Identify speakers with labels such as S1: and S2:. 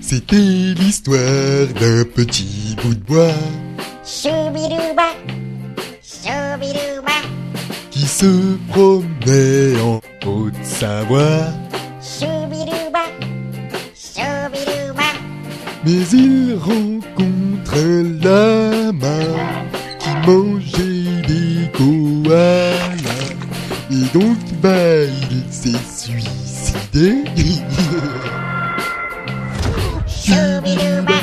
S1: C'était l'histoire d'un petit bout de bois
S2: Choubirouba, choubirouba,
S1: qui se promenait en Haute-Savoie.
S2: choubirouba, choubirouba,
S1: Mais il rencontre un lama qui mangeait des koalas. Et donc, bah, il s'est suicidé.
S2: choubirouba,